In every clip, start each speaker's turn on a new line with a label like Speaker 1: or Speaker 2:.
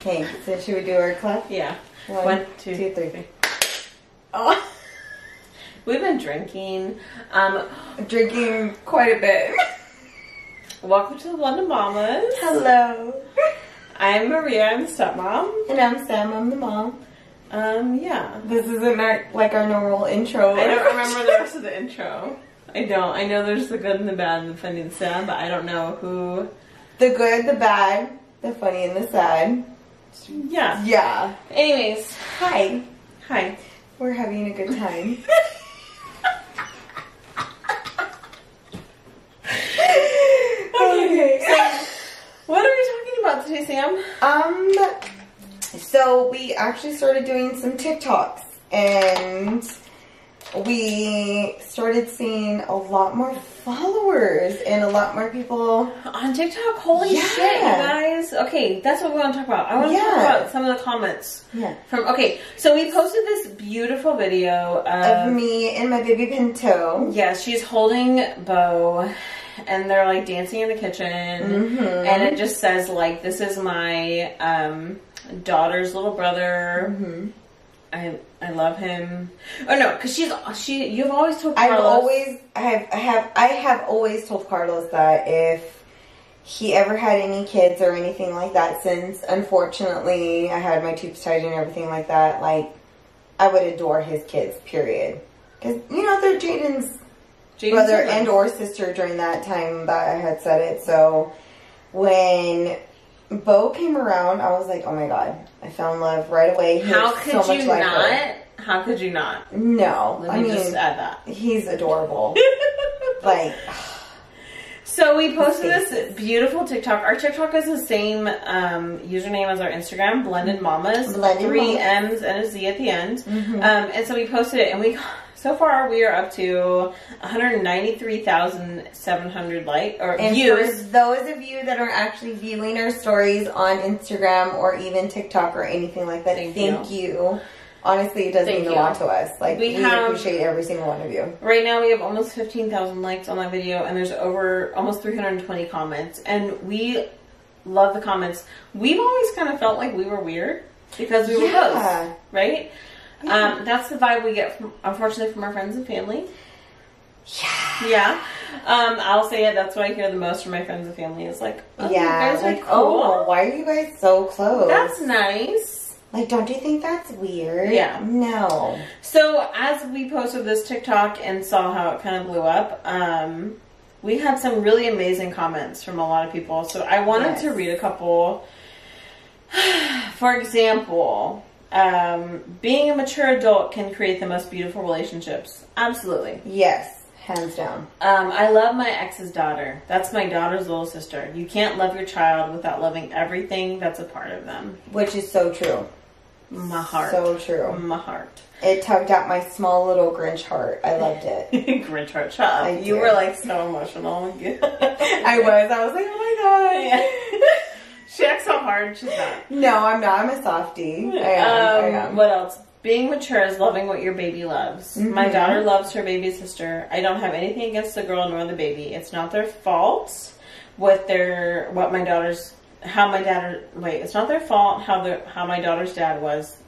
Speaker 1: Did should we do our clap?
Speaker 2: Yeah.
Speaker 1: One,
Speaker 2: One, two,
Speaker 1: two, three.
Speaker 2: three.
Speaker 1: Oh,
Speaker 2: We've been drinking. Um,
Speaker 1: drinking quite a bit.
Speaker 2: welcome to the London Mamas.
Speaker 1: Hello.
Speaker 2: I'm Maria. I'm the stepmom.
Speaker 1: And I'm Sam. I'm the mom.
Speaker 2: Um, yeah.
Speaker 1: This isn't our, like our normal intro.
Speaker 2: I don't remember the rest of the intro. I don't. I know there's the good and the bad and the funny and the sad, but I don't know who.
Speaker 1: the good, the bad, the funny, and the sad.
Speaker 2: Yeah.
Speaker 1: Yeah.
Speaker 2: Anyways,
Speaker 1: Hi.
Speaker 2: hi.
Speaker 1: We're having a good time. okay.
Speaker 2: What are we talking about today, Sam?
Speaker 1: Um, so we actually started doing some TikToks and we started seeing a lot more followers and a lot more people.
Speaker 2: On TikTok? Holy
Speaker 1: Yeah.
Speaker 2: shit, you guys. Okay, that's what we want to talk about. I want to talk
Speaker 1: Yeah.
Speaker 2: about some of the comments.
Speaker 1: Yeah.
Speaker 2: From okay, so we posted this beautiful video
Speaker 1: Of
Speaker 2: of,
Speaker 1: me and my baby Pinto.
Speaker 2: yeah, she's holding Bo, and they're like dancing in the kitchen,
Speaker 1: Mm-hmm.
Speaker 2: and it just says like, "This is my um, daughter's little brother.
Speaker 1: Mm-hmm.
Speaker 2: I I love him." Oh no, because she's she. You've always told
Speaker 1: I've
Speaker 2: Carlos-
Speaker 1: always, I have, I have, I have always told Carlos that if he ever had any kids or anything like that, since unfortunately I had my tubes tied and everything like that, like I would adore his kids. Period. Because you know they're Jaden's
Speaker 2: James
Speaker 1: brother
Speaker 2: Harden.
Speaker 1: and or sister during that time that I had said it. So when Bo came around, I was like, oh my god, I found love right away. He
Speaker 2: How
Speaker 1: looks
Speaker 2: could
Speaker 1: so much
Speaker 2: you
Speaker 1: like
Speaker 2: not?
Speaker 1: her.
Speaker 2: How could you not?
Speaker 1: No,
Speaker 2: Let
Speaker 1: I
Speaker 2: me
Speaker 1: mean
Speaker 2: just add that.
Speaker 1: he's adorable. like
Speaker 2: So we posted
Speaker 1: Faces.
Speaker 2: this beautiful TikTok. Our TikTok is the same um, username as our Instagram, Blended Mamas,
Speaker 1: Blended
Speaker 2: three
Speaker 1: Mamas.
Speaker 2: M's and a Z at the end.
Speaker 1: Mm-hmm.
Speaker 2: Um, and so we posted it, and we so far we are up to 193,700 like or
Speaker 1: and
Speaker 2: views.
Speaker 1: for those of you that are actually viewing our stories on Instagram or even TikTok or anything like that,
Speaker 2: Thank
Speaker 1: thank, you. Honestly, it does
Speaker 2: Thank
Speaker 1: mean
Speaker 2: you.
Speaker 1: a lot to us. Like
Speaker 2: We
Speaker 1: we,
Speaker 2: have-
Speaker 1: appreciate every single one of you.
Speaker 2: Right now we have almost 15,000 likes on that video, and there's over almost 320 comments, and we love the comments. We've always kind of felt like we were weird because we were
Speaker 1: Yeah.
Speaker 2: close, right? Um, that's the vibe we get, from, unfortunately, from our friends and family. Yeah. Yeah. Um, I'll say it. That's what I hear the most from my friends and family is like, oh,
Speaker 1: yeah,
Speaker 2: you guys
Speaker 1: like
Speaker 2: are
Speaker 1: oh,
Speaker 2: cool.
Speaker 1: why are you guys so close?
Speaker 2: that's nice.
Speaker 1: Like, don't you think that's weird?
Speaker 2: Yeah.
Speaker 1: No.
Speaker 2: So as we posted this TikTok and saw how it kind of blew up, um, we had some really amazing comments from a lot of people. So I wanted to
Speaker 1: Yes.
Speaker 2: read a couple. For example, um, being a mature adult can create the most beautiful relationships. Absolutely.
Speaker 1: Yes, hands down.
Speaker 2: Um, I love my ex's daughter. That's my daughter's little sister. You can't love your child without loving everything that's a part of them.
Speaker 1: Which is so true.
Speaker 2: My heart.
Speaker 1: So true.
Speaker 2: my heart.
Speaker 1: It tugged out my small little Grinch heart. I loved it.
Speaker 2: Grinch heart shop.
Speaker 1: I
Speaker 2: You
Speaker 1: do.
Speaker 2: were like so emotional.
Speaker 1: I was. I was like, oh my god.
Speaker 2: she acts so hard. She's not.
Speaker 1: No, I'm not. I'm a softie. I am. I am.
Speaker 2: Um, What else? Being mature is loving what your baby loves.
Speaker 1: Mm-hmm.
Speaker 2: My daughter loves her baby sister. I don't have anything against the girl nor the baby. It's not their fault what their what my daughter's how my dad wait. It's not their fault how the how my daughter's dad was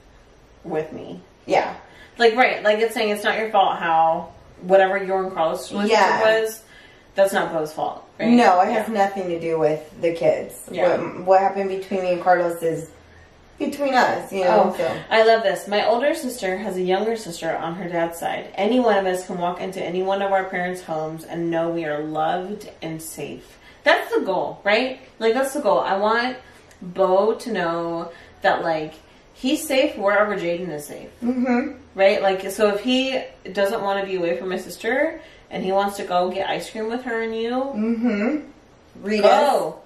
Speaker 2: with me.
Speaker 1: Yeah.
Speaker 2: Like right, like it's saying it's not your fault how whatever your and Carlos relationship
Speaker 1: Yeah.
Speaker 2: was. That's not Bo's fault. Right?
Speaker 1: No, it has
Speaker 2: Yeah.
Speaker 1: nothing to do with the kids.
Speaker 2: Yeah.
Speaker 1: What, what happened between me and Carlos is between us, you know?
Speaker 2: Oh,
Speaker 1: so.
Speaker 2: I love this. My older sister has a younger sister on her dad's side. Any one of us can walk into any one of our parents' homes and know we are loved and safe. That's the goal, right? Like that's the goal. I want Bo to know that like he's safe wherever Jaden is safe,
Speaker 1: Mm-hmm.
Speaker 2: right? Like so if he doesn't want to be away from his sister and he wants to go get ice cream with her and you,
Speaker 1: Mm-hmm. Rita's.
Speaker 2: go.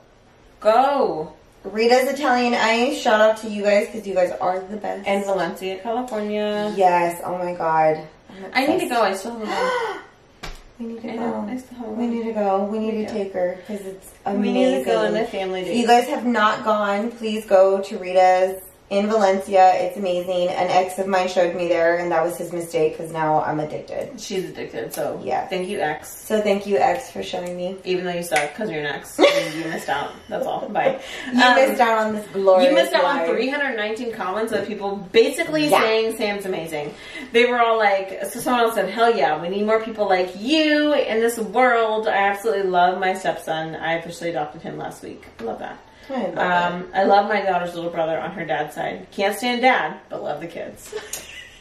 Speaker 2: Go.
Speaker 1: Rita's Italian Ice. Shout out to you guys because you guys are the best.
Speaker 2: And Valencia, California.
Speaker 1: Yes. Oh my god. I'm
Speaker 2: I need to
Speaker 1: obsessed.
Speaker 2: go. I still haven't gone.
Speaker 1: we need to
Speaker 2: I know. I
Speaker 1: go.
Speaker 2: still haven't
Speaker 1: We
Speaker 2: gone.
Speaker 1: need to go. We need
Speaker 2: We
Speaker 1: to
Speaker 2: do.
Speaker 1: take her because it's
Speaker 2: We
Speaker 1: amazing.
Speaker 2: need to go on a family
Speaker 1: If you
Speaker 2: date.
Speaker 1: guys have not gone, please go to Rita's in Valencia. It's amazing. An ex of mine showed me there, and that was his mistake because now I'm addicted.
Speaker 2: She's addicted, so
Speaker 1: Yeah.
Speaker 2: Thank you, X.
Speaker 1: So thank you, ex, for showing me.
Speaker 2: Even though you suck because you're an ex, and you missed out. That's all. Bye.
Speaker 1: You
Speaker 2: Um,
Speaker 1: missed out on this glory.
Speaker 2: You missed out on 319 comments of people basically
Speaker 1: Yeah.
Speaker 2: saying Sam's amazing. They were all like, so someone else said, hell yeah, we need more people like you in this world. I absolutely love my stepson. I officially adopted him last week. Love that. Um, I love my daughter's little brother on her dad's side. Can't stand dad, but love the kids.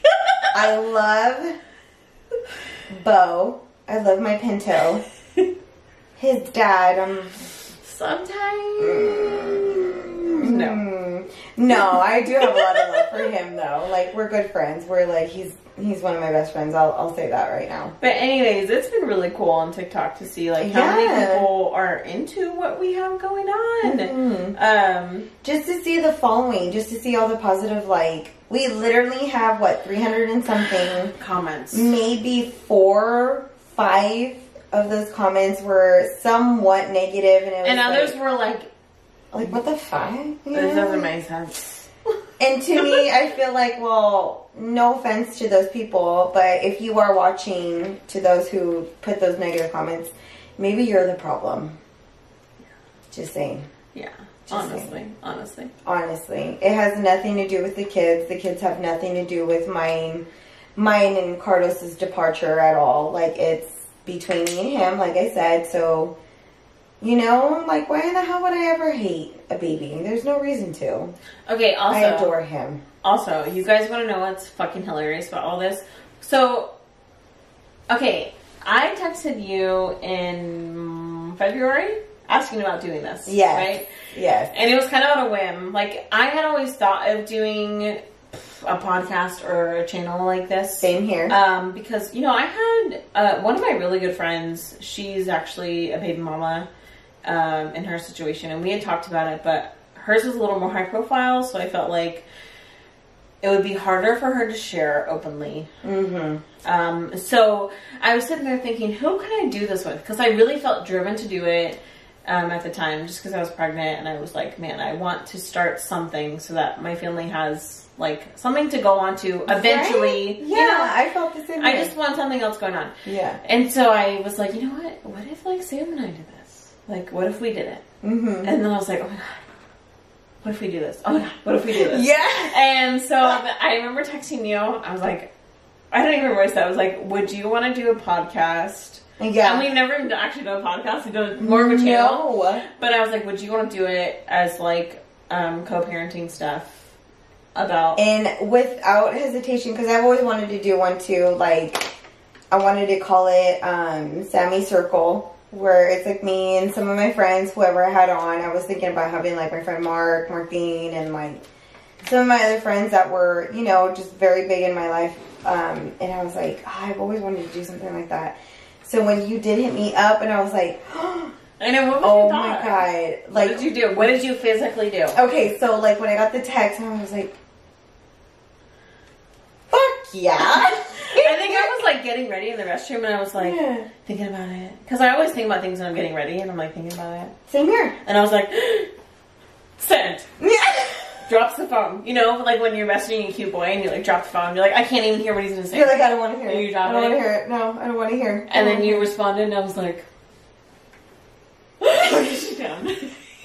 Speaker 1: I love Bo. I love my Pinto. His dad. Um,
Speaker 2: Sometimes. No.
Speaker 1: mm, no, I do have a lot of love for him though. Like we're good friends. We're like he's he's one of my best friends. I'll I'll say that right now.
Speaker 2: But anyways, it's been really cool on TikTok to see like how many
Speaker 1: Yeah.
Speaker 2: people are into what we have going on.
Speaker 1: Mhm.
Speaker 2: Um,
Speaker 1: Just to see the following. Just to see all the positive. Like we literally have what 300 and something.
Speaker 2: comments.
Speaker 1: maybe four, five of those comments were somewhat negative, and it was
Speaker 2: And others
Speaker 1: like,
Speaker 2: were like,
Speaker 1: like, "What the fuck?"
Speaker 2: this doesn't
Speaker 1: Yeah.
Speaker 2: make sense.
Speaker 1: And to me, I feel like, well, no offense to those people, but if you are watching, to those who put those negative comments, maybe you're the problem. Just saying.
Speaker 2: Yeah,
Speaker 1: Just
Speaker 2: honestly, honestly.
Speaker 1: honestly it has nothing to do with the kids the kids have nothing to do with mine mine and carlos's departure at all like it's between me and him like i said so you know like why in the hell would i ever hate a baby there's no reason to
Speaker 2: Okay,
Speaker 1: i
Speaker 2: also,
Speaker 1: adore him
Speaker 2: also, you guys want to know what's fucking hilarious about all this? So, okay, I texted you in February asking about doing this.
Speaker 1: Yes.
Speaker 2: Right?
Speaker 1: yes
Speaker 2: And it was kind of on a whim. Like, I had always thought of doing a podcast or a channel like this.
Speaker 1: same here
Speaker 2: Um, because you know, I had uh, one of my really good friends. She's actually a baby mama um, in her situation, and we had talked about it, but hers was a little more high profile, so I felt like it would be harder for her to share openly.
Speaker 1: mm-hmm
Speaker 2: Um, so I was sitting there thinking, who can I do this with? Because I really felt driven to do it um, at the time, just because I was pregnant, and I was like, man, I want to start something so that my family has like something to go on to eventually.
Speaker 1: Right? yeah
Speaker 2: you know?
Speaker 1: i felt the same
Speaker 2: I
Speaker 1: way.
Speaker 2: just want something else going on.
Speaker 1: yeah
Speaker 2: And so I was like, you know what? What if like Sam and I did this? Like, what if we did it?
Speaker 1: mm-hmm
Speaker 2: And then I was like, oh my god, what if we do this? Oh my god, what if we do this?
Speaker 1: yeah
Speaker 2: And so the- I remember texting you. I was like, I don't even remember what I said. I was like, would you want to do a podcast?
Speaker 1: yeah
Speaker 2: And we've never even actually done a podcast. We've done more of a channel.
Speaker 1: No.
Speaker 2: But I was like, would you want to do it as like um, co-parenting stuff about?
Speaker 1: And without hesitation, because I've always wanted to do one too, like, I wanted to call it um, Sammy Circle, where it's like me and some of my friends, whoever I had on. I was thinking about having like my friend Mark, Martine, and like some of my other friends that were, you know, just very big in my life. Um, and I was like, "Ah, I've always wanted to do something like that. So when you did hit me up, and I was like,
Speaker 2: I know. What was
Speaker 1: oh
Speaker 2: your
Speaker 1: my
Speaker 2: thought?
Speaker 1: god,
Speaker 2: What
Speaker 1: like
Speaker 2: did you do? What did you physically do?
Speaker 1: Okay, so like when I got the text, I was like, "Fuck yeah!"
Speaker 2: I think I was like getting ready in the restroom and I was like
Speaker 1: Yeah.
Speaker 2: thinking about it. Because I always think about things when I'm getting ready and I'm like thinking about it.
Speaker 1: Same here.
Speaker 2: And I was like, send.
Speaker 1: Yeah.
Speaker 2: Drops the phone. You know, like when you're messaging a cute boy and you like drop the phone. You're like, I can't even hear what he's going to say.
Speaker 1: You're like, I don't want to hear
Speaker 2: You
Speaker 1: it.
Speaker 2: drop
Speaker 1: I don't want
Speaker 2: it?
Speaker 1: to hear it. No, I don't want to hear.
Speaker 2: and then you responded and I was like, she down.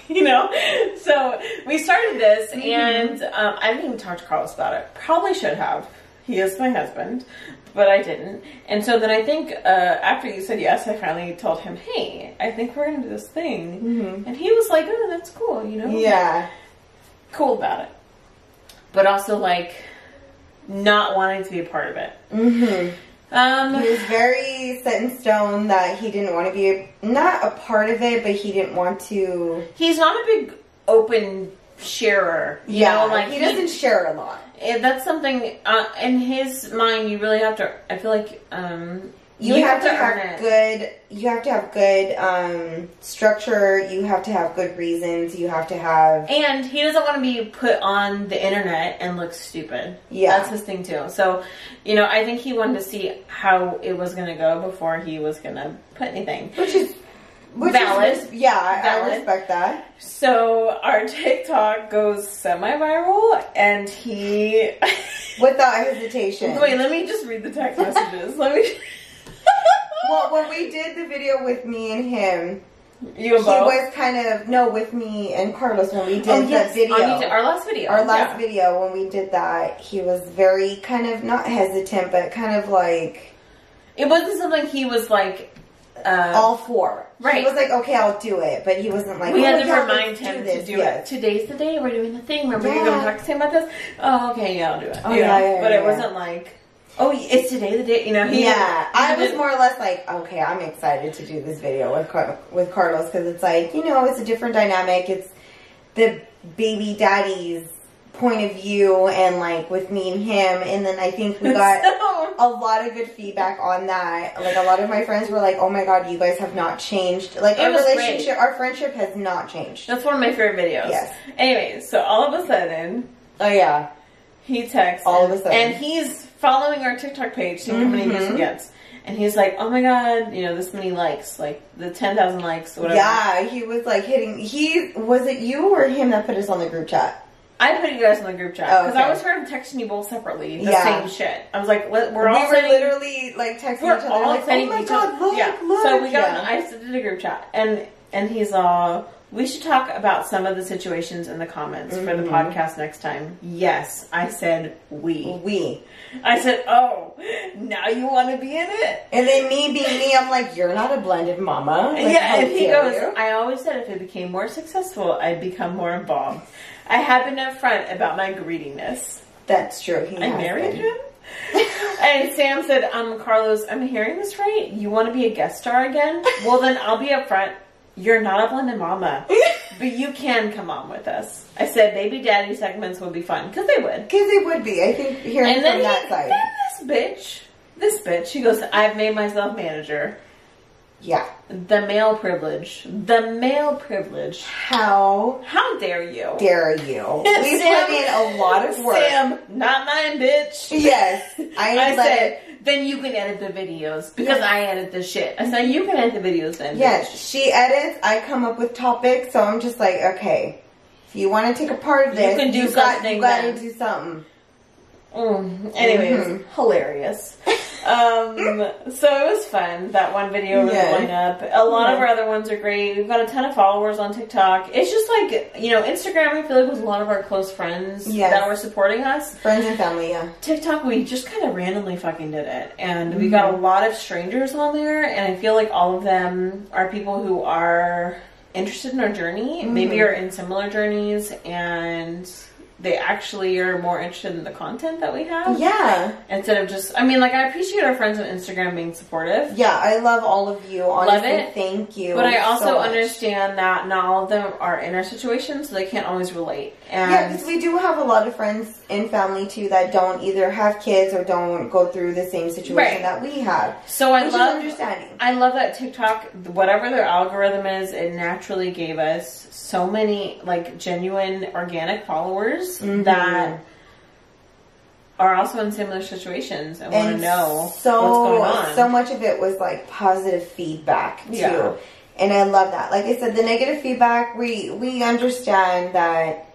Speaker 2: you know? So we started this
Speaker 1: Mm-hmm.
Speaker 2: and um, I didn't even talk to Carlos about it. Probably should have. He is my husband, but I didn't. And so then I think uh, after you said yes, I finally told him, hey, I think we're going to do this thing.
Speaker 1: Mhm.
Speaker 2: And he was like, oh, that's cool, you know?
Speaker 1: Yeah.
Speaker 2: Cool about it. But also, like, not wanting to be a part of it.
Speaker 1: hmm
Speaker 2: Um,
Speaker 1: He was very set in stone that he didn't want to be a, not a part of it, but he didn't want to.
Speaker 2: he's not a big open sharer. You know, like
Speaker 1: he doesn't share a lot.
Speaker 2: eh, that's something uh, in his mind. You really have to. I feel like um,
Speaker 1: you, have, to
Speaker 2: earn
Speaker 1: have
Speaker 2: it.
Speaker 1: good you have to have good um structure you have to have good reasons you have to have
Speaker 2: And he doesn't want to be put on the internet and look stupid.
Speaker 1: Yeah.
Speaker 2: that's his thing too. So, you know, I think he wanted to see how it was going to go before he was going to put anything.
Speaker 1: which is Which
Speaker 2: Valid.
Speaker 1: Is, yeah, I-
Speaker 2: Valid.
Speaker 1: I respect that.
Speaker 2: So our TikTok goes semi-viral, and he.
Speaker 1: Without hesitation.
Speaker 2: Wait, let me just read the text messages. Let me.
Speaker 1: Well, when we did the video with me and him,
Speaker 2: you
Speaker 1: he
Speaker 2: about?
Speaker 1: was kind of no with me and Carlos when we did
Speaker 2: Oh,
Speaker 1: the
Speaker 2: yes,
Speaker 1: video.
Speaker 2: on YouTube- our last video.
Speaker 1: Our last
Speaker 2: yeah.
Speaker 1: video when we did that, he was very kind of not hesitant, but kind of like
Speaker 2: It wasn't something he was like. Uh,
Speaker 1: all for.
Speaker 2: Right.
Speaker 1: He was like, "Okay, I'll do it," but he wasn't like.
Speaker 2: we
Speaker 1: "Oh,
Speaker 2: had to
Speaker 1: yeah,
Speaker 2: remind
Speaker 1: let's
Speaker 2: him
Speaker 1: this."
Speaker 2: to do
Speaker 1: Yes.
Speaker 2: it. Today's the day. We're doing the thing. Remember, you're going
Speaker 1: Yeah.
Speaker 2: to talk to him about this. Oh, okay, yeah, I'll do it.
Speaker 1: Oh,
Speaker 2: You
Speaker 1: yeah,
Speaker 2: know,
Speaker 1: yeah,
Speaker 2: but
Speaker 1: yeah,
Speaker 2: it
Speaker 1: yeah.
Speaker 2: wasn't like, oh, it's today the day. You know, he
Speaker 1: yeah, I was
Speaker 2: didn't-
Speaker 1: more or less like, okay, I'm excited to do this video with Car- with Carlos because it's like you know it's a different dynamic. It's the baby daddy's point of view, and like with me and him, and then I think we got
Speaker 2: So-
Speaker 1: a lot of good feedback on that. Like a lot of my friends were like, "Oh my god, you guys have not changed. Like
Speaker 2: It
Speaker 1: our
Speaker 2: was great.
Speaker 1: relationship, our friendship has not changed."
Speaker 2: that's one of my favorite videos.
Speaker 1: Yes.
Speaker 2: Anyway, so all of a sudden,
Speaker 1: Oh yeah,
Speaker 2: He texts
Speaker 1: All of
Speaker 2: and,
Speaker 1: a sudden.
Speaker 2: and he's following our TikTok page, seeing how many views he
Speaker 1: Mhm.
Speaker 2: gets. And he's like, "Oh my god, you know this many likes, like the ten thousand likes, whatever."
Speaker 1: yeah. He was like hitting. He was it you or him that put us on the group chat?
Speaker 2: I put you guys in the group chat
Speaker 1: Oh,
Speaker 2: because I
Speaker 1: okay.
Speaker 2: was heard of texting you both separately the
Speaker 1: Yeah.
Speaker 2: same shit. I was like, "What- "We're
Speaker 1: we
Speaker 2: all
Speaker 1: were
Speaker 2: sending-
Speaker 1: literally like texting
Speaker 2: we're
Speaker 1: each other.
Speaker 2: all
Speaker 1: like, oh
Speaker 2: sending
Speaker 1: my
Speaker 2: each
Speaker 1: god,
Speaker 2: other-
Speaker 1: look,
Speaker 2: yeah."
Speaker 1: look.
Speaker 2: So we got,
Speaker 1: Yeah.
Speaker 2: I sent it in a group chat, and and he's all, "We should talk about some of the situations in the comments for the
Speaker 1: Mhm.
Speaker 2: podcast next time." Yes, I said we.
Speaker 1: we.
Speaker 2: I said, "Oh, now you want to be in it."
Speaker 1: And then me being me, I'm like, you're not a blended mama. Like,
Speaker 2: yeah,
Speaker 1: how
Speaker 2: and he
Speaker 1: dare
Speaker 2: goes,
Speaker 1: you.
Speaker 2: I always said if it became more successful, I'd become more involved. I have been upfront about my greediness.
Speaker 1: That's true. He
Speaker 2: I
Speaker 1: has
Speaker 2: married
Speaker 1: been.
Speaker 2: him. and Sam said, um, Carlos, I'm hearing this right. You want to be a guest star again? Well, then I'll be upfront. You're not a blended mama, but you can come on with us. I said, baby daddy segments would be fun because they would.
Speaker 1: Because it would be. I think hearing
Speaker 2: And then,
Speaker 1: from
Speaker 2: he,
Speaker 1: that side.
Speaker 2: then this bitch, this bitch, she goes, I've made myself manager.
Speaker 1: Yeah.
Speaker 2: The male privilege. The male privilege.
Speaker 1: How
Speaker 2: How dare you?
Speaker 1: dare you? We
Speaker 2: Sam-
Speaker 1: put in a lot of work.
Speaker 2: Sam, not mine, bitch.
Speaker 1: Yes, I, let
Speaker 2: I said, then you can edit the videos because
Speaker 1: Yeah.
Speaker 2: I edit the shit. I said, you can edit the videos then.
Speaker 1: it. Yes, she edits. I come up with topics, so I'm just like, okay, if you want to take a part of
Speaker 2: You
Speaker 1: this,
Speaker 2: can do
Speaker 1: got,
Speaker 2: something
Speaker 1: you got to
Speaker 2: then.
Speaker 1: do something.
Speaker 2: Mm. Anyways,
Speaker 1: Mhm.
Speaker 2: hilarious. um, so it was fun. That one video was
Speaker 1: Yes. Mm.
Speaker 2: blowing up. A lot
Speaker 1: Yes.
Speaker 2: of our other ones are great. We've got a ton of followers on TikTok. It's just like you know, Instagram. I feel like was a lot of our close friends
Speaker 1: Yes.
Speaker 2: that were supporting us.
Speaker 1: Friends and family, yeah.
Speaker 2: TikTok, we just kind of randomly fucking did it. And we
Speaker 1: Mm-hmm.
Speaker 2: got a lot of strangers on there, and I feel like all of them are people who are interested in our journey,
Speaker 1: Mm-hmm.
Speaker 2: maybe are in similar journeys, and they actually are more interested in the content that we have.
Speaker 1: Yeah,
Speaker 2: Instead of just, I mean, like, I appreciate our friends on Instagram being supportive,
Speaker 1: yeah, I love all of you. Honestly,
Speaker 2: Love it.
Speaker 1: thank you.
Speaker 2: but I also
Speaker 1: so much.
Speaker 2: understand that not all of them are in our situation, so they can't always relate. And
Speaker 1: Yeah, because we do have a lot of friends and family too that don't either have kids or don't go through the same situation
Speaker 2: Right.
Speaker 1: that we have.
Speaker 2: so I
Speaker 1: which
Speaker 2: love
Speaker 1: is understanding.
Speaker 2: I love that TikTok, whatever their algorithm is, it naturally gave us so many like genuine organic followers
Speaker 1: Mhm.
Speaker 2: that are also in similar situations and, want to know
Speaker 1: so
Speaker 2: what's going on.
Speaker 1: so much of it was like positive feedback too
Speaker 2: Yeah.
Speaker 1: and i love that like i said the negative feedback we we understand that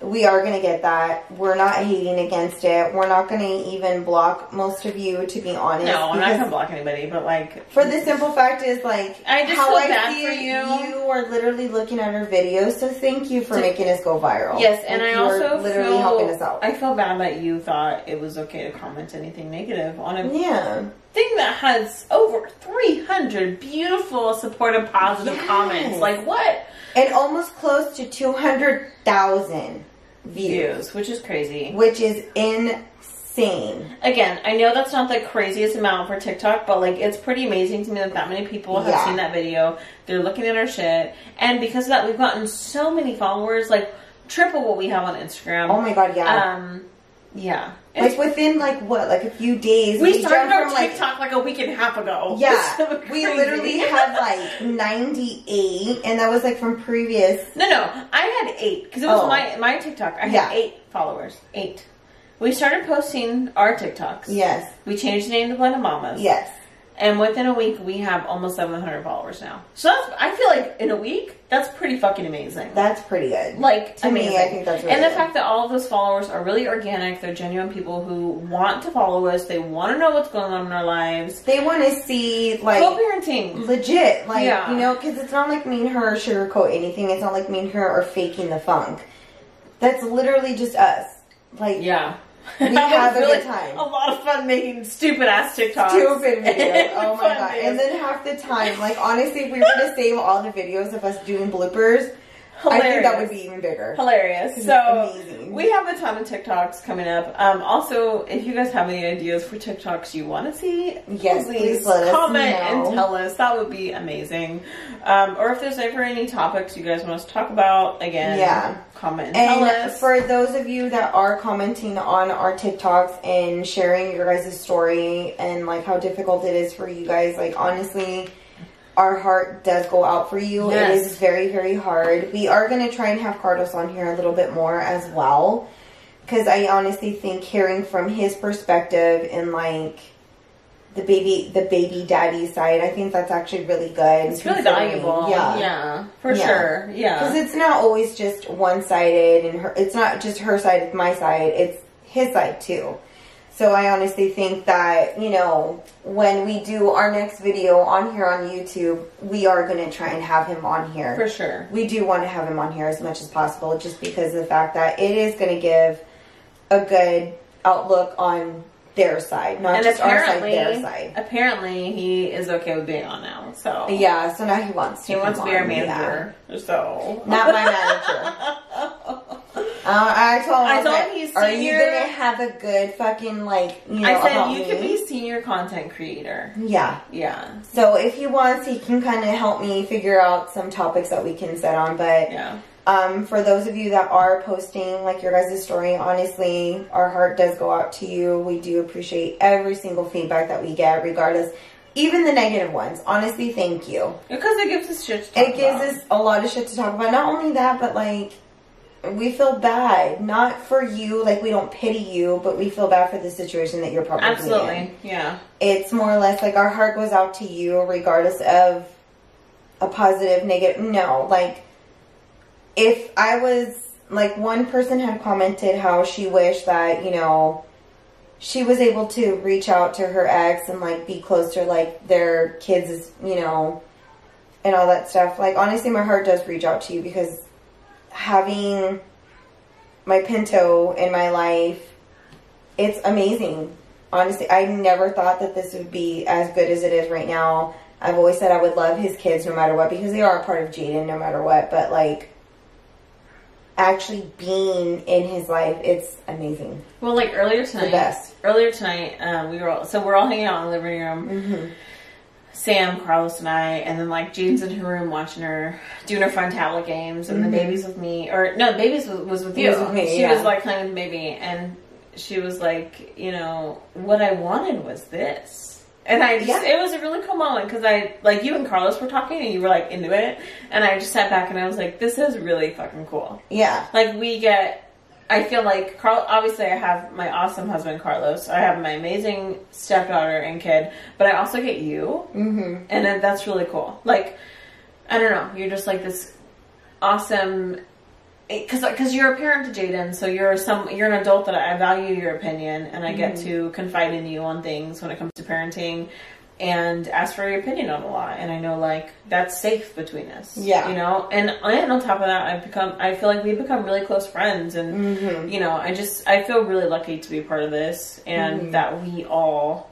Speaker 1: we are going to get that we're not hating against it we're not going to even block most of you to be honest
Speaker 2: no, I'm not
Speaker 1: because
Speaker 2: gonna block anybody, but like
Speaker 1: for the simple fact is like
Speaker 2: I just
Speaker 1: how
Speaker 2: feel
Speaker 1: i
Speaker 2: bad
Speaker 1: see
Speaker 2: for
Speaker 1: it,
Speaker 2: you.
Speaker 1: you are literally looking at our videos so thank you for making us go viral
Speaker 2: Yes, and
Speaker 1: Like,
Speaker 2: I
Speaker 1: you are
Speaker 2: also
Speaker 1: literally
Speaker 2: feel,
Speaker 1: helping us out
Speaker 2: I feel bad that you thought it was okay to comment anything negative on a
Speaker 1: yeah
Speaker 2: thing that has over 300 beautiful, supportive, positive
Speaker 1: Yes.
Speaker 2: comments. Like what?
Speaker 1: and almost close to 200,000 views,
Speaker 2: Views, which is crazy.
Speaker 1: which is insane.
Speaker 2: Again, I know that's not the craziest amount for TikTok, but like it's pretty amazing to me that that many people have
Speaker 1: Yeah.
Speaker 2: seen that video. They're looking at our shit, and because of that, we've gotten so many followers, like triple what we have on Instagram.
Speaker 1: Oh my god, yeah.
Speaker 2: Um, yeah,
Speaker 1: like
Speaker 2: It's-
Speaker 1: within like what, like a few days,
Speaker 2: we started
Speaker 1: jumped
Speaker 2: our
Speaker 1: from,
Speaker 2: TikTok like, a week and a half ago.
Speaker 1: Like, yeah,
Speaker 2: It's so
Speaker 1: we
Speaker 2: crazy.
Speaker 1: literally had like 98, and that was like from previous.
Speaker 2: no, no. I had eight because it was
Speaker 1: Oh.
Speaker 2: my my TikTok. I had
Speaker 1: Yeah.
Speaker 2: eight followers. Eight. We started posting our TikToks.
Speaker 1: Yes,
Speaker 2: We changed the name to Blended Mamas.
Speaker 1: yes.
Speaker 2: And within a week, we have almost 700 followers now. So that's, I feel like in a week, that's pretty fucking amazing.
Speaker 1: That's pretty good.
Speaker 2: like
Speaker 1: to me,
Speaker 2: amazing.
Speaker 1: I think that's really
Speaker 2: and the
Speaker 1: good.
Speaker 2: fact that all of those followers are really organic, they're genuine people who want to follow us. They want to know what's going on in our lives.
Speaker 1: They want to see like
Speaker 2: Co-parenting.
Speaker 1: legit, like
Speaker 2: Yeah.
Speaker 1: you know, because it's not like me and her sugarcoat anything. It's not like me and her are faking the funk. That's literally just us. Like
Speaker 2: Yeah.
Speaker 1: We
Speaker 2: I was
Speaker 1: have a good
Speaker 2: really-
Speaker 1: time.
Speaker 2: A lot of fun making stupid ass TikToks.
Speaker 1: stupid video. Oh my
Speaker 2: Fun
Speaker 1: god!
Speaker 2: videos.
Speaker 1: And then half the time, like honestly, if we were to save all the videos of us doing bloopers, I think that would be even bigger.
Speaker 2: hilarious. So
Speaker 1: amazing.
Speaker 2: we have a ton of TikToks coming up. Um, also, if you guys have any ideas for TikToks you want to see,
Speaker 1: Yes, please let us
Speaker 2: comment
Speaker 1: know.
Speaker 2: and tell us. That would be amazing. Um, or if there's ever any topics you guys want us to talk about, again,
Speaker 1: Yeah.
Speaker 2: comment and, tell
Speaker 1: And
Speaker 2: us.
Speaker 1: for those of you that are commenting on our TikToks and sharing your guys' story and like how difficult it is for you guys, like honestly, our heart does go out for you.
Speaker 2: Yes.
Speaker 1: It is very, very hard. We are going to try and have Carlos on here a little bit more as well. Because I honestly think hearing from his perspective and like the baby, the baby daddy side, I think that's actually really good.
Speaker 2: it's really
Speaker 1: considering-
Speaker 2: valuable. yeah for
Speaker 1: Yeah.
Speaker 2: sure. Yeah.
Speaker 1: because it's not always just one sided, and her, it's not just her side, it's my side, it's his side too. So I honestly think that, you know, when we do our next video on here on YouTube, we are going to try and have him on here.
Speaker 2: for sure.
Speaker 1: We do want to have him on here as much as possible just because of the fact that it is going to give a good outlook on their side, not
Speaker 2: and
Speaker 1: just our side,
Speaker 2: apparently,
Speaker 1: their side.
Speaker 2: apparently, he is okay with being on now. So
Speaker 1: Yeah, so now he wants to.
Speaker 2: he wants to
Speaker 1: come
Speaker 2: be our
Speaker 1: on, yeah.
Speaker 2: manager. So
Speaker 1: Not my manager. Uh, I told him,
Speaker 2: I
Speaker 1: I was
Speaker 2: told
Speaker 1: like,
Speaker 2: him he's
Speaker 1: are you
Speaker 2: senior."
Speaker 1: gonna have a good fucking like? You know,
Speaker 2: I said
Speaker 1: about
Speaker 2: you
Speaker 1: me?"
Speaker 2: could be senior content creator.
Speaker 1: Yeah.
Speaker 2: Yeah,
Speaker 1: So if he wants, he can kind of help me figure out some topics that we can set on. But
Speaker 2: yeah.
Speaker 1: um, for those of you that are posting like your guys' story, honestly, our heart does go out to you. We do appreciate every single feedback that we get, regardless, even the negative ones. Honestly, thank you.
Speaker 2: Because it gives us shit. To talk
Speaker 1: It gives
Speaker 2: about.
Speaker 1: us a lot of shit to talk about. Not only that, but like we feel bad not for you, like we don't pity you, but we feel bad for the situation that you're probably in.
Speaker 2: absolutely. Yeah,
Speaker 1: It's more or less like our heart goes out to you, regardless of a positive, negative. No, like if I was like one person had commented how she wished that you know she was able to reach out to her ex and like be close to like their kids is you know and all that stuff like honestly my heart does reach out to you because having my pinto in my life it's amazing honestly i never thought that this would be as good as it is right now i've always said i would love his kids no matter what because they are a part of jaden no matter what but like actually being in his life it's amazing
Speaker 2: Well, like earlier
Speaker 1: the
Speaker 2: tonight,
Speaker 1: best
Speaker 2: earlier tonight, um, we were all, so we're all hanging out in the living room.
Speaker 1: Mm-hmm.
Speaker 2: Sam, Carlos, and I, and then like Jane's in her room watching her doing her fun tablet games, and the baby's with me, or no, the baby's was, was with you.
Speaker 1: Mm-hmm. Was with me,
Speaker 2: she
Speaker 1: yeah.
Speaker 2: was like playing with the baby, and she was like, you know, what I wanted was this. And I just,
Speaker 1: Yeah.
Speaker 2: it was a really cool moment because I, like, you and Carlos were talking and you were like into it, and I just sat back and I was like, this is really fucking cool
Speaker 1: yeah
Speaker 2: like we get i feel like carl obviously i have my awesome husband carlos i have my amazing stepdaughter and kid but i also get you
Speaker 1: hmm
Speaker 2: and then that's really cool like i don't know you're just like this awesome eh, because because you're a parent to jaden so you're some you're an adult that i value your opinion and i get to confide in you on things when it comes to parenting and ask for your opinion on a lot and i know like that's safe between us
Speaker 1: Yeah.
Speaker 2: you know and and on top of that i've become i feel like we've become really close friends and
Speaker 1: Mhm.
Speaker 2: you know i just i feel really lucky to be a part of this and that we all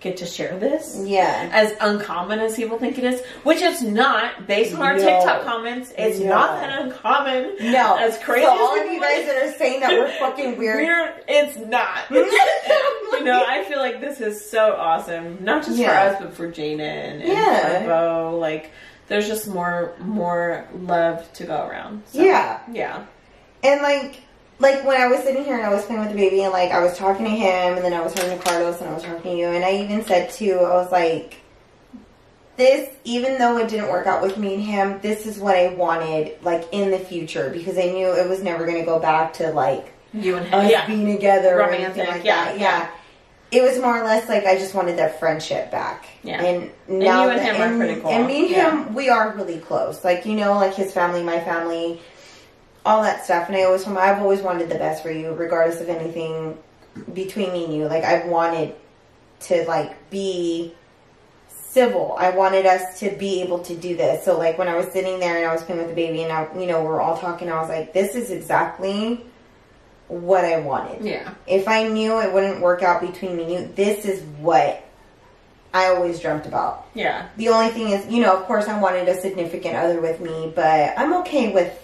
Speaker 2: get to share this
Speaker 1: yeah
Speaker 2: as uncommon as people think it is, which it's not. Based on our
Speaker 1: No.
Speaker 2: TikTok comments, it's
Speaker 1: No.
Speaker 2: not that uncommon.
Speaker 1: no
Speaker 2: as crazy
Speaker 1: so
Speaker 2: as
Speaker 1: all of
Speaker 2: people
Speaker 1: you guys that are saying that we're fucking weird
Speaker 2: We're, it's not. you know, I feel like this is so awesome, not just
Speaker 1: Yeah.
Speaker 2: for us, but for Jaden and
Speaker 1: Yeah.
Speaker 2: for Bo. Like, there's just more more love to go around. So,
Speaker 1: yeah
Speaker 2: yeah,
Speaker 1: And like, like when I was sitting here and I was playing with the baby, and like I was talking to him, and then I was talking to Carlos, and I was talking to you, and I even said too, I was like, this, even though it didn't work out with me and him, this is what I wanted, like in the future, because I knew it was never gonna go back to like
Speaker 2: you and
Speaker 1: us
Speaker 2: him. Oh, Yeah,
Speaker 1: being together or
Speaker 2: Romantic,
Speaker 1: anything like
Speaker 2: yeah,
Speaker 1: that.
Speaker 2: yeah.
Speaker 1: Yeah. it was more or less like I just wanted that friendship back.
Speaker 2: Yeah.
Speaker 1: And
Speaker 2: you
Speaker 1: now
Speaker 2: and
Speaker 1: that-
Speaker 2: him are pretty cool.
Speaker 1: And me and
Speaker 2: Yeah.
Speaker 1: him, we are really close. Like you know, like his family, my family, all that stuff. And I always, I've always wanted the best for you, regardless of anything between me and you. Like I wanted to like be civil. I wanted us to be able to do this. So like when I was sitting there and I was playing with the baby and I, you know, we're all talking, I was like, this is exactly what I wanted
Speaker 2: Yeah.
Speaker 1: if I knew it wouldn't work out between me and you, this is what I always dreamt about.
Speaker 2: Yeah.
Speaker 1: The only thing is, you know, of course, I wanted a significant other with me, but I'm okay with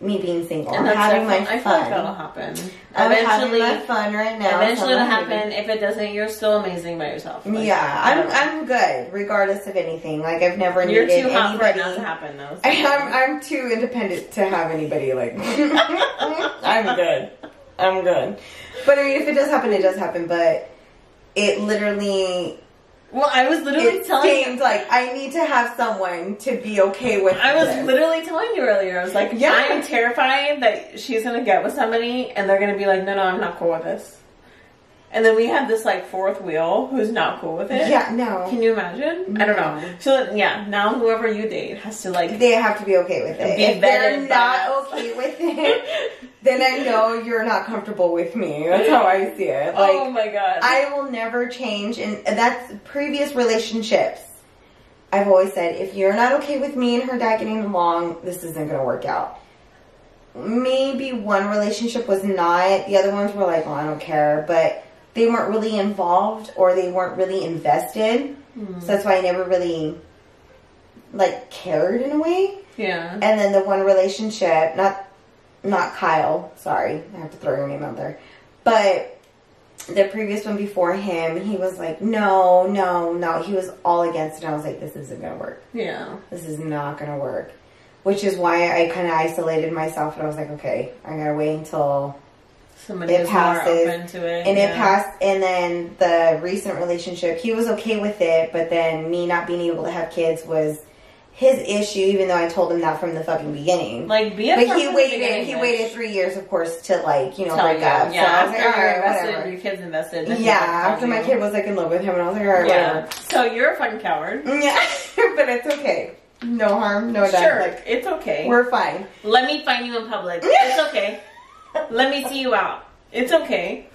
Speaker 1: me being single. I'm
Speaker 2: that's
Speaker 1: having my
Speaker 2: definitely- I feel like that'll
Speaker 1: fun.
Speaker 2: happen.
Speaker 1: I'm having
Speaker 2: Eventually,
Speaker 1: my fun right now. so
Speaker 2: eventually it'll
Speaker 1: I'm happy.
Speaker 2: happen. If it doesn't, you're still amazing by yourself. Like,
Speaker 1: yeah,
Speaker 2: whatever.
Speaker 1: I'm I'm good regardless of anything. Like I've never
Speaker 2: You're
Speaker 1: needed
Speaker 2: too hot for it
Speaker 1: anybody.
Speaker 2: not to happen, though.
Speaker 1: I, am I'm too independent to have anybody like. I'm good. I'm good. But I mean, if it does happen, it does happen. But it literally
Speaker 2: well, I was literally
Speaker 1: it
Speaker 2: telling you.
Speaker 1: seemed like I need to have someone to be okay with.
Speaker 2: I was
Speaker 1: this.
Speaker 2: literally telling you earlier. I was like,
Speaker 1: Yeah.
Speaker 2: I'm terrified that she's gonna get with somebody and they're gonna be like, no, no, I'm not cool with this. And then we have this like fourth wheel who's not cool with it.
Speaker 1: yeah no.
Speaker 2: Can you imagine? I don't know. So yeah, now whoever you date has to like.
Speaker 1: They have to be okay with it.
Speaker 2: Be
Speaker 1: if they're
Speaker 2: vetted by
Speaker 1: not
Speaker 2: us.
Speaker 1: okay with it, then I know you're not comfortable with me. That's how I see it. Like
Speaker 2: oh my god.
Speaker 1: I will never change, and that's previous relationships. I've always said, if you're not okay with me and her dad getting along, this isn't going to work out. Maybe one relationship was not, the other ones were like, well, I don't care, but they weren't really involved or they weren't really invested. So that's why I never really, like, cared in a way.
Speaker 2: yeah.
Speaker 1: And then the one relationship, not not Kyle, sorry, I have to throw your name out there. But the previous one before him, he was like, No, no, no. He was all against it. I was like, This isn't gonna work.
Speaker 2: Yeah.
Speaker 1: This is not gonna work. Which is why I kinda isolated myself and I was like, Okay, I gotta wait until
Speaker 2: Somebody
Speaker 1: It
Speaker 2: is
Speaker 1: passes,
Speaker 2: more open to it.
Speaker 1: and
Speaker 2: yeah.
Speaker 1: it passed and then the recent relationship he was okay with it but then me not being able to have kids was his issue even though i told him that from the fucking beginning
Speaker 2: Like, be a
Speaker 1: but
Speaker 2: person
Speaker 1: he
Speaker 2: in the
Speaker 1: waited
Speaker 2: beginning,
Speaker 1: he
Speaker 2: bitch.
Speaker 1: waited three years of course to like you know
Speaker 2: Tell
Speaker 1: break
Speaker 2: you.
Speaker 1: up
Speaker 2: Yeah.
Speaker 1: so i was like
Speaker 2: after
Speaker 1: all
Speaker 2: you're
Speaker 1: right
Speaker 2: invested,
Speaker 1: whatever
Speaker 2: your kids invested. then
Speaker 1: yeah
Speaker 2: he can tell
Speaker 1: after my
Speaker 2: you.
Speaker 1: kid was like in love with him and i was like all right
Speaker 2: Yeah. So you're a fucking coward.
Speaker 1: whatever yeah but it's okay no harm no done
Speaker 2: Sure,
Speaker 1: like
Speaker 2: it's okay.
Speaker 1: we're fine
Speaker 2: Let me find you in public. It's okay. Let me see you out. It's okay.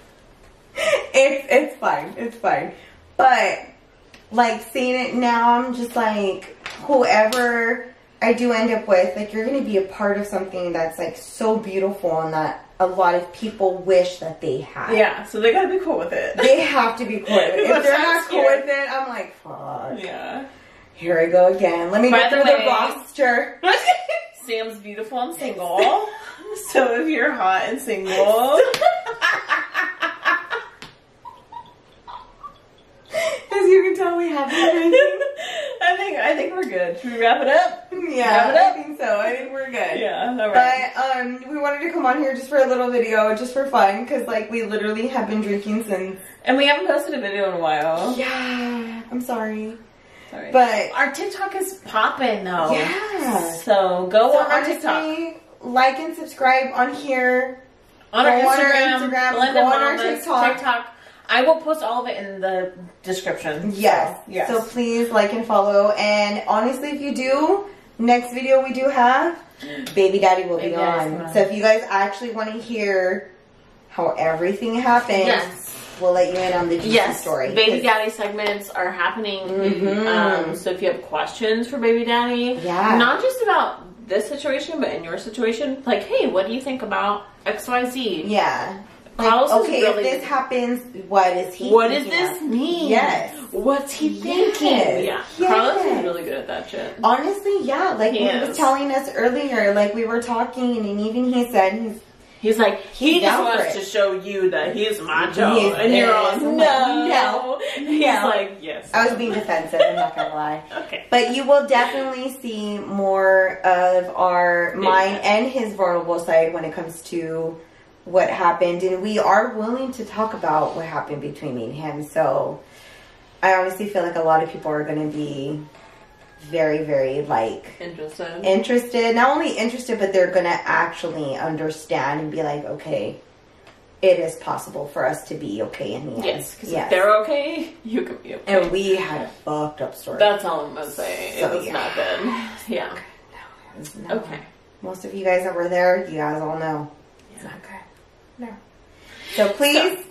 Speaker 1: it's it's fine. It's fine. But like seeing it now, I'm just like whoever I do end up with, like you're gonna be a part of something that's like so beautiful and that a lot of people wish that they had.
Speaker 2: Yeah. So they gotta be cool with it.
Speaker 1: They have to be cool with it. If
Speaker 2: That's
Speaker 1: they're
Speaker 2: so
Speaker 1: not cool
Speaker 2: scary.
Speaker 1: with it, I'm like, fuck.
Speaker 2: Yeah.
Speaker 1: Here I go again. Let me go
Speaker 2: By the
Speaker 1: through
Speaker 2: way-
Speaker 1: the roster.
Speaker 2: Sam's beautiful and single. So if you're hot and single,
Speaker 1: As you can tell, we have
Speaker 2: I think I think we're good. Should we wrap it up? Wrap it
Speaker 1: Yeah, I
Speaker 2: up.
Speaker 1: think so. I think we're good.
Speaker 2: Yeah. All right.
Speaker 1: But um, we wanted to come on here just for a little video, just for fun, because like we literally have been drinking since.
Speaker 2: and we haven't posted a video in a while.
Speaker 1: Yeah, I'm sorry.
Speaker 2: Sorry.
Speaker 1: But
Speaker 2: Our TikTok is popping though.
Speaker 1: Yeah.
Speaker 2: So go
Speaker 1: so
Speaker 2: on our
Speaker 1: honestly,
Speaker 2: TikTok.
Speaker 1: like and subscribe on here.
Speaker 2: On
Speaker 1: go
Speaker 2: our
Speaker 1: on our
Speaker 2: Instagram.
Speaker 1: Instagram,
Speaker 2: Belinda
Speaker 1: go on our
Speaker 2: Mama's
Speaker 1: TikTok.
Speaker 2: I will post all of it in the description.
Speaker 1: Yes.
Speaker 2: So, yes.
Speaker 1: So please like and follow. And honestly, if you do, next video we do have, baby daddy will
Speaker 2: Baby
Speaker 1: be
Speaker 2: Daddy's
Speaker 1: on.
Speaker 2: on.
Speaker 1: So if you guys actually want to hear how everything happened,
Speaker 2: Yes.
Speaker 1: we'll let you in on the juicy
Speaker 2: Yes,
Speaker 1: story.
Speaker 2: baby daddy segments are happening.
Speaker 1: Mhm.
Speaker 2: Um, so if you have questions for baby daddy,
Speaker 1: Yeah.
Speaker 2: not just about this situation, but in your situation, like, hey, what do you think about X, Y, Z?
Speaker 1: Yeah.
Speaker 2: Carlos is
Speaker 1: okay,
Speaker 2: really-
Speaker 1: if this happens, what is he?
Speaker 2: What does
Speaker 1: thinking
Speaker 2: this
Speaker 1: of?
Speaker 2: mean?
Speaker 1: Yes.
Speaker 2: What's he
Speaker 1: Yes.
Speaker 2: thinking? Yeah. Carlos is
Speaker 1: Yes.
Speaker 2: really good at that shit.
Speaker 1: Honestly, yeah. Like
Speaker 2: He
Speaker 1: he was
Speaker 2: is.
Speaker 1: telling us earlier, like we were talking, and even he said he's
Speaker 2: He's like, he
Speaker 1: He's
Speaker 2: just
Speaker 1: down for
Speaker 2: wants
Speaker 1: it.
Speaker 2: to show you that he's macho.
Speaker 1: He is
Speaker 2: and you're all,
Speaker 1: this.
Speaker 2: no,
Speaker 1: I'm like, no,
Speaker 2: And He's
Speaker 1: no.
Speaker 2: like, yes.
Speaker 1: I was being defensive. I'm not gonna lie.
Speaker 2: okay.
Speaker 1: But you will definitely see more of our mine and his vulnerable side when it comes to what happened, and we are willing to talk about what happened between me and him. So I honestly feel like a lot of people are going to be very, very like
Speaker 2: Interesting.
Speaker 1: interested, not only interested, but they're gonna actually understand and be like, okay, it is possible for us to be okay in the end.
Speaker 2: Yes, because
Speaker 1: Yes.
Speaker 2: if they're okay, you can be okay.
Speaker 1: and we had a fucked up story.
Speaker 2: That's all I'm gonna say.
Speaker 1: So,
Speaker 2: it was
Speaker 1: yeah.
Speaker 2: not good. Yeah.
Speaker 1: No.
Speaker 2: Okay.
Speaker 1: Most of you guys that were there, you guys all know. It's not good. No. So please,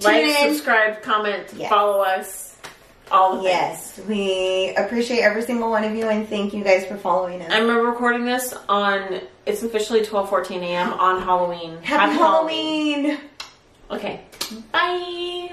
Speaker 2: Like,
Speaker 1: Tune in.
Speaker 2: subscribe, comment,
Speaker 1: Yes.
Speaker 2: follow us. All the things.
Speaker 1: yes, we appreciate every single one of you and thank you guys for following us.
Speaker 2: I'm recording this on. It's officially 12:14 a.m. on Halloween.
Speaker 1: Happy Halloween.
Speaker 2: Okay. Bye.